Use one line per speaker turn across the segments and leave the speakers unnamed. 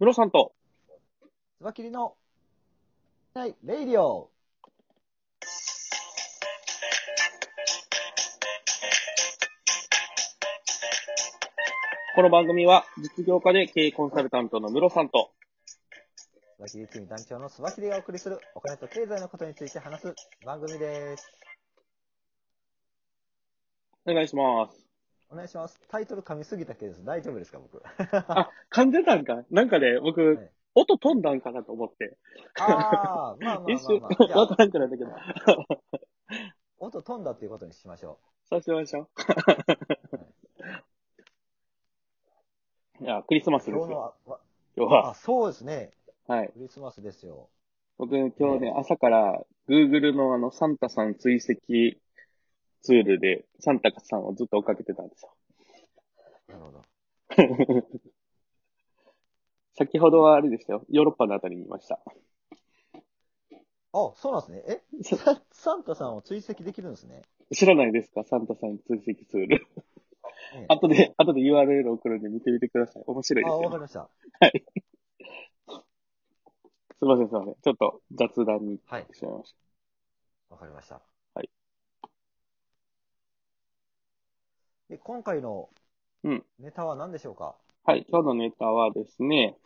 ムロさんと、
つばきりの、はい、レイディオ。
この番組は実業家で経営コンサルタントのムロさんと、
つばきり組団長のつばきりがお送りする、お金と経済のことについて話す番組です。
お願いします。
お願いします。タイトル噛みすぎたけど、大丈夫ですか、僕。
あ、噛んでたんかなんかね、僕、
い
音飛んだんかなと思って、
あー、まあまあま
一瞬、
あ、まあ、じゃ
わ
あ
からんくなったけど、
音飛んだっていうことにしましょ
させましょう。い や、クリスマス
う。
で
今
すよ、
日のは、
今日
あ、
は。
そうですね。
はい。
クリスマスですよ。
僕、今日ね、朝から、Google のあの、サンタさん追跡ツールで、サンタさんをずっと追っかけてたんですよ。
なるほど。
先ほどはあれでしたよ。ヨーロッパのあたりにいました。
あ、そうなんですね。え ササンタさんを追跡できるんですね。
知らないですかサンタさん追跡ツール。
ね
後で、後で URL 送るんで見てみてください。面白いで
あ、
す
わ
よ。
かりました。
すいません、すいません。ちょっと雑談に
はい、
しまいまし
わかりました。
はい。
で、今回の
うん
ネタは何でしょうか、
た。はい、今日のネタはですね、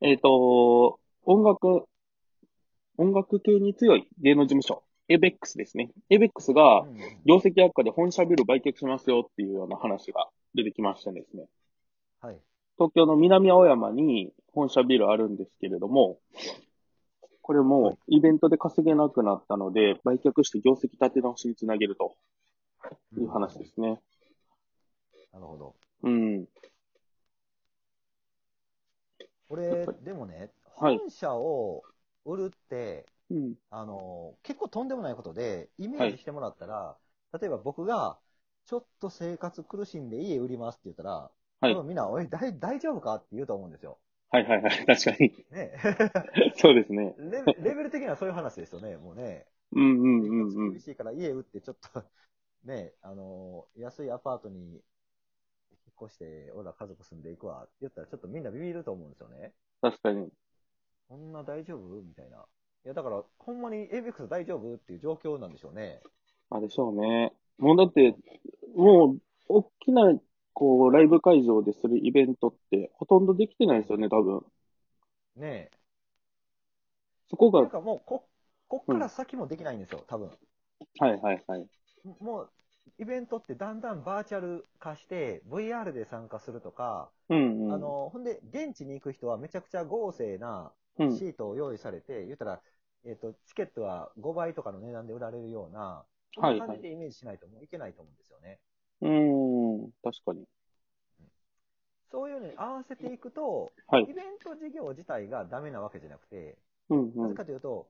えっ、と、音楽、音楽系に強い芸能事務所、ABEX ですね。ABEX が
うん
業績悪化で本社ビル売却しますよっていうような話が出てきましてですね。
はい。
東京の南青山に本社ビルあるんですけれども、これもイベントで稼げなくなったので、売却して業績立て直しにつなげるという話で。すね。
なるほど。
うん。
これ、でもね、
はい
本社を売るって、
うん。
あの、結構とんでもないことで、イメージしてもらったら、例えば僕が、ちょっと生活苦しんで家売りますって言ったら、
はい
多分みんな、おい、だい大丈夫かって言うと思うんですよ。
はいはいはい。確かに。
ね
そうですね。
レベレベル的にはそういう話ですよね、もうね。
うんうんうんうん
厳。しいから家売ってちょっと、 ね、あのー安いアパートに引っ越して、俺ら家族住んでいくわって言ったらちょっとみんなビビると思うんですよね。
確かに。
こんな大丈夫みたいな。いや、だから、ほんまに ABEX 大丈夫っていう状況なんでしょうね。
あ、でしょうね。もうだって、もう、大きな、こう、ライブ会場でするイベントって、ほとんどできてないですよね、多分。
ね
そこ
え。
が、
なん
は
かもうこ、こっから先もできないんですよ、多分。
いはいはい。
ももう、イベントってだんだんバーチャル化して、VR で参加するとか、
うんうん。
あのー、ほんで、現地に行く人はめちゃくちゃ豪勢な
うん。
シートを用意されて、言ったら、えっとチケットは5倍とかの値段で売られるような、そ
は
ん
い
な
は
感
い
じ。でイメージしないともういけないと思うんですよね。
うん。確かに。
そういうのに合わせていくと、
はい
イベント事業自体がダメなわけじゃなくて、
うん
な
う
ぜ
ん。
かというと、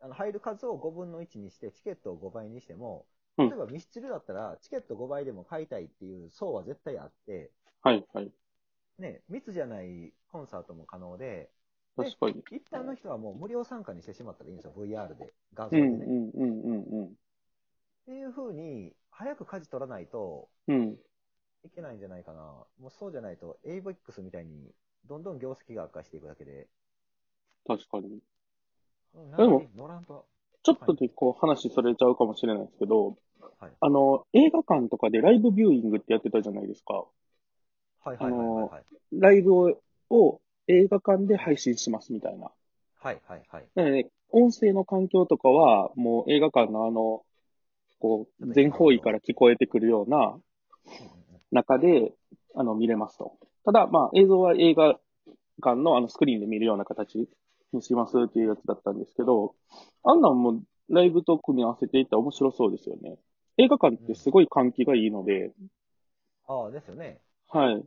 あの入る数を5分の1にして、チケットを5倍にしても、
うん
例えばミスチルだったら、チケット5倍でも買いたいっていう層は絶対あって、
はいはい。
ね、密じゃないコンサートも可能で、で
確かに。
一般の人はもう無料参加にしてしまったらいいんですよ、VR で、画像
う
で
んう
ね。
んうんうん
っていう風に、早く舵取らないと
うん。うん。
いけないんじゃないかな。もうそうじゃないと、AVX みたいに、どんどん業績が悪化していくだけで、
確かに。
うん
でも、
乗らんと。
ちょっとでこう話それちゃうかもしれないですけど、
はい。
あの、映画館とかでライブビューイングってやってたじゃないですか。
はいはいはいはいはい。
ライブをを映画館で配信しますみたいな。
はいはいはい。
なので、音声の環境とかは、もう映画館のあの、こう、全方位から聞こえてくるような中で、あの、見れますと。ただ、まあ、映像は映画館のあのスクリーンで見るような形にしますっていうやつだったんですけど、あんなんもライブと組み合わせていったら面白そうですよね。映画館ってすごい換気がいいので、
ああ、ですよね。
はい。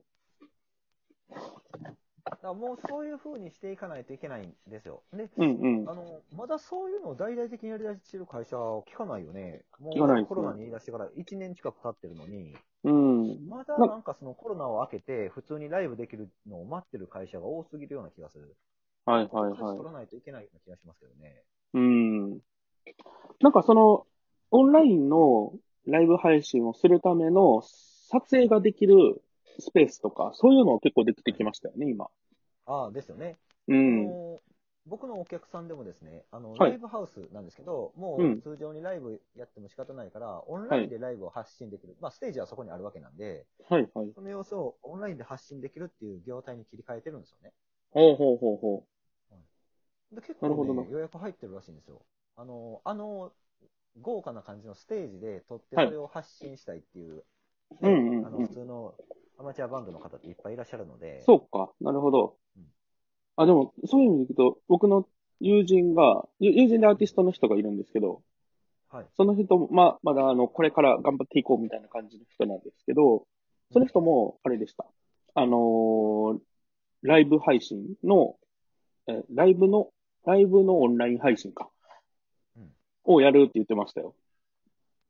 だからもうそういう風にしていかないといけないんですよ。で、
うんうん。
あの、まだそういうのを大々的にやりだしてる会社は聞かないよね。も
聞かないですね
うコロナに言い出してから1年近く経ってるのに、
うん。
まだなんかそのコロナを明けて普通にライブできるのを待ってる会社が多すぎるような気がする。
はいはい
舵
はい
取。らないといけないような気がしますけどね。
うん。なんかその、オンラインのライブ配信をするための撮影ができるスペースとか、そういうのを結構できてきましたよね、今。
ああ、ですよね。
うん
あ。の僕のお客さんでもですね、あの、
はい
ライブハウスなんですけど、も
うん
う通常にライブやっても仕方ないから、オンラインでライブを発信できる。まあ、ステージはそこにあるわけなんで、
はいはい。
その様子をオンラインで発信できるっていう業態に切り替えてるんですよね。
ほうほうほうほ
で結
なる
構、
ほどな
ね、予約入ってるらしいんですよ。あの、あの、豪華な感じのステージで撮って、
はい
それを発信したいっていう、
うん
ね
うんうん
あの普通のアマチュアバンドの方っていっぱいいらっしゃるの
う
で、。
そうか。なるほど
うん。
あ、でも、そういう意味で言うと、僕の友人が、友友人でアーティストの人がいるんですけど、
はい。
その人も、まあ、まだ、あの、これから頑張っていこうみたいな感じの人なんですけど、その人も、あれでした。あのーライブ配信の、え、ライブの、ライブのオンライン配信か
うん。
をやるって言ってましたよ。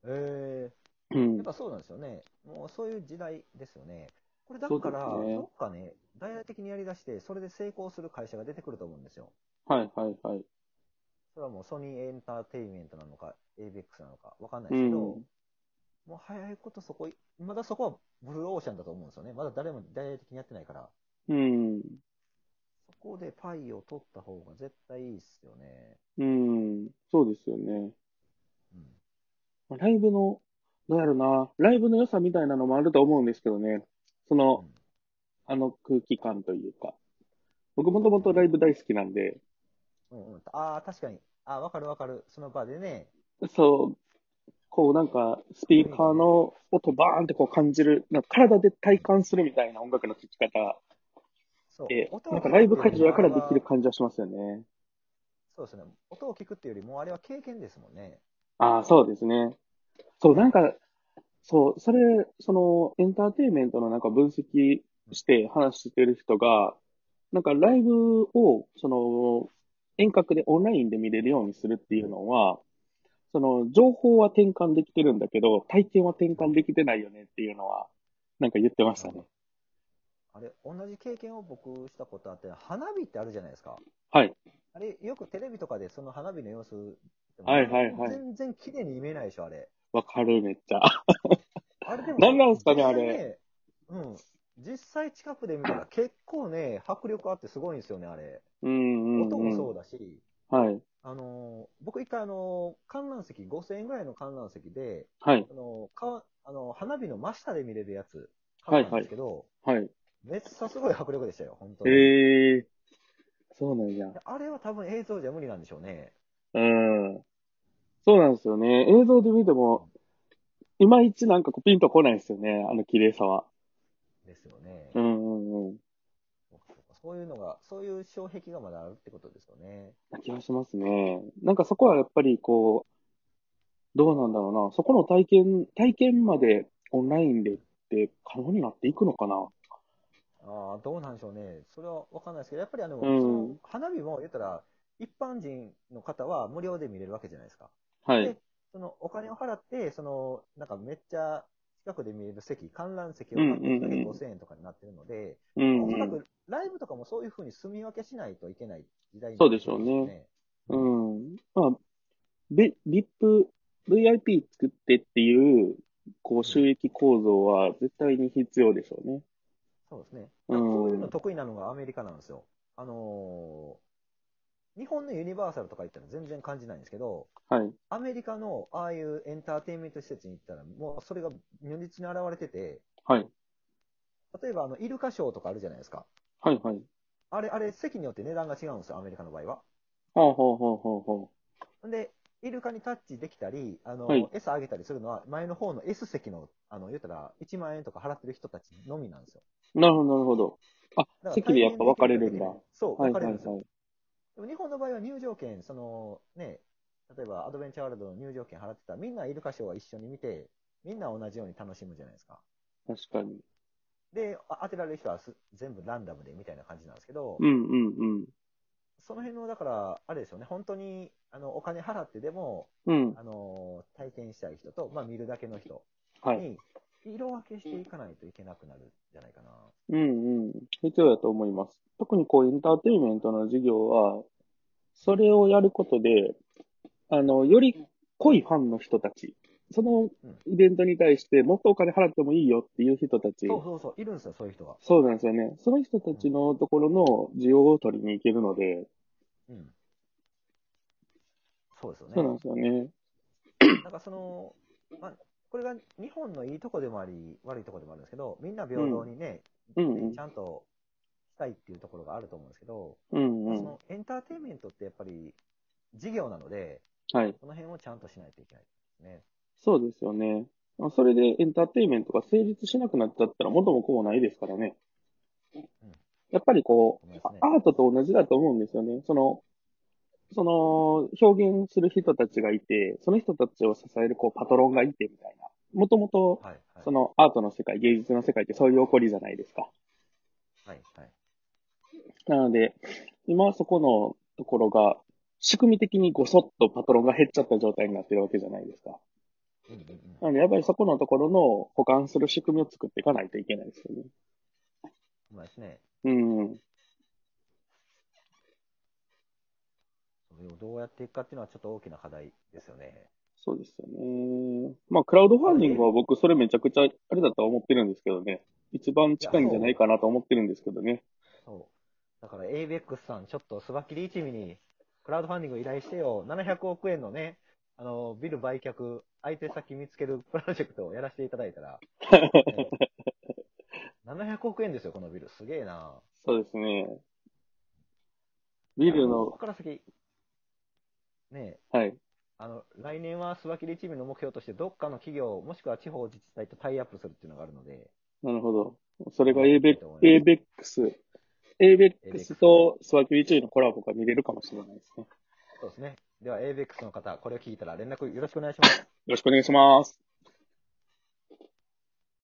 え
う
ー、や
ん
っ。ぱそうなんですよね。もうそういう時代ですよね。これだ
そう
か
です
ら、
ね
どっかね、大々的にやり出して、それで成功する会社が出てくると思うんですよ。
はいはいはい。
それはもうソニーエンターテインメントなのか、ABEX なのか、わかんないうですけど、
ん。
もう早いことそこい、まだそこはブルーオーシャンだと思うんですよね。まだ誰も大々的にやってないから。
うん。
そこでパイを取った方が絶対いいっすよね。
うん。そうですよね。
うん。
まあライブの、どうやろな。ライブの良さみたいなのもあると思うんですけどね。その、
うん
あの空気感というか。僕もともとライブ大好きなんで、
うんうん、ああ、確かに。ああ、わかるわかる。その場でね。
そう、こうなんか、スピーカーの音バーンってこう感じる、なんか体で体感するみたいな音楽の聴き方
そう。
で、
音を
なん
聞く
か
ってい
ライブ会場
うより
だからできる
あれは
感じはしますよね。
そうですね。音を聞くっていうよりも、あれは経験ですもんね。
ああ、そうですね。そう、なんか、そう、それ、その、エンターテインメントのなんか分析して話してる人が、なんかライブを、その、遠隔でオンラインで見れるようにするっていうのは、その、情報は転換できてるんだけど、体験は転換できてないよねっていうのは、なんか言ってましたね。
あれ、同じ経験を僕したことあって、花火ってあるじゃないですか。
はい。
あれ、よくテレビとかでその花火の様子、
はいはいはい
全然綺麗に見えないでしょ、あれ。
わかる、めっちゃ。
あれでも、
なんなんすかねあ
実際
れ。
うん。実際近くで見たら結構ね、迫力あってすごいんですよね、あれ。
うんうんうん。
音もそうだし、
はい。
あのー、僕一回あのー、観覧席、5000円ぐらいの観覧席で、
はい。
あのー、か、あのー、花火の真下で見れるやつ、
はいはい
買ったんですけど、
はい。
めっちゃすごい迫力でしたよ、本当に。
ええそうなんや。
あれは多分映像じゃ無理なんでしょうね。
うんそうなんですよね。映像で見ても、いまいちなんかこうピンとこないですよね。あの綺麗さは。
ですよね。
うんうんうん。
そういうのが、そういう障壁がまだあるってことですよね。
な気がしますね。なんかそこはやっぱりこう、どうなんだろうな。そこの体験、体験までオンラインでって可能になっていくのかな。
ああ、どうなんでしょうね。それはわかんないですけど、やっぱりあ
う
の、
ん
その花火も言ったら、一般人の方は無料で見れるわけじゃないですか。
はい
で。そのお金を払って、その、なんかめっちゃ近くで見れる席、観覧席を買ってるだけ
うんうんうん
5000円とかになってるので、
うん
おそら
う
くライブとかもそういうふうに住み分けしないといけない時代に
そうでしょうね
なってるんすよね。
ん。うん。まあ、ビ VIP、VIP 作ってっていう、こう収益構造は絶対に必要でしょうね。
そうですね。
うん
こういうの得意なのがアメリカなんですよ。あのー日本のユニバーサルとか行ったら全然感じないんですけど、
はい。
アメリカのああいうエンターテインメント施設に行ったら、もうそれが如実に現れてて、
はい。
例えばあのイルカショーとかあるじゃないですか。
はいはい。
あれ、あれ、席によって値段が違うんですよ、アメリカの場合は。
ほうほうほうほうほ
んで、イルカにタッチできたり、あの、
はい
餌あげたりするのは、前の方の S 席の、あの、言ったら、1万円とか払ってる人たちのみなんですよ。
う。なるほど、なるほど。あ、
だから
席でやっぱ分かれるんだ。
体験でき
は
るそう、
い
分か
はいはい
れるんですよ。。でも日本の場合は入場券、そのね、例えばアドベンチャーワールドの入場券払ってたら、みんなイルカショーは一緒に見て、みんな同じように楽しむじゃないですか。
確かに。
で、あ当てられる人はす全部ランダムでみたいな感じなんですけど、
うんうん
その辺の、だから、あれですよね、本当に、あの、お金払ってでも、
うん。うん。
あの、体験したい人と、まあ見るだけの人
はい。
に、色分けしていかないといけなくなるんじゃないかな。
うんうん。必要だと思います。特にこうエンターテインメントの授業は、それをやることで、あの、より濃いファンの人たちそのイベントに対してもっとお金払ってもいいよっていう人たち、
そうそうそう、いるんですよ、そういう人が。
そうなんですよね。その人たちのところの需要を取りに行けるので、
うん。そうですよね。
そうなんですよね。
なんかその、まあ、これが日本のいいとこでもあり、悪いとこでもあるんですけど、みんな平等にね、
うんうん
ち。ゃんとしたいっていうところがあると思うんですけど、
うんうん
そ。のエンターテインメントってやっぱり事業なので、
はい。
この辺をちゃんとしないといけないですね。
そうですよね。まあそれでエンターテインメントが成立しなくなっちゃったら元も子もないですからね。やっぱりこう、
思いますね
アートと同じだと思うんですよね。その、その、表現する人たちがいて、その人たちを支えるこうパトロンがいてみたいな。もともと、
はい、はい。
そのアートの世界、芸術の世界ってそういう起こりじゃないですか。
はい、はい。
なので、今そこのところが、仕組み的にごそっとパトロンが減っちゃった状態になってるわけじゃないですか。
うんうんうん
なので、やっぱりそこのところの保管する仕組みを作っていかないといけないですよね。
うまいですね。
うん。
それをどうやっていくかっていうのはちょっと大きな課題ですよね。
そうですよね。まあ、クラウドファンディングは僕、それめちゃくちゃあれだとは思ってるんですけどね。一番近いんじゃないかなと思ってるんですけどね。
そう。だから ABEX さん、ちょっとスバキリ一味にクラウドファンディング依頼してよ、700億円のね、あの、ビル売却、相手先見つける プロジェクトをやらせていただいたら、ね700億円ですよ、このビル。すげえな
そうですね。ビル
こ
の
こ、から先、ねえ、
はい。
あの、来年はスワキリチームの目標として、どっかの企業、もしくは地方自治体とタイアップするっていうのがあるので、
なるほど。それが ABEX、
ABEX
ABEX、ABEX とスワキビチューのコラボが見れるかもしれないですね。よ
そうですね。では、ABEX の方、これを聞いたら連絡よろしくお願いします。
ろしくお願いします。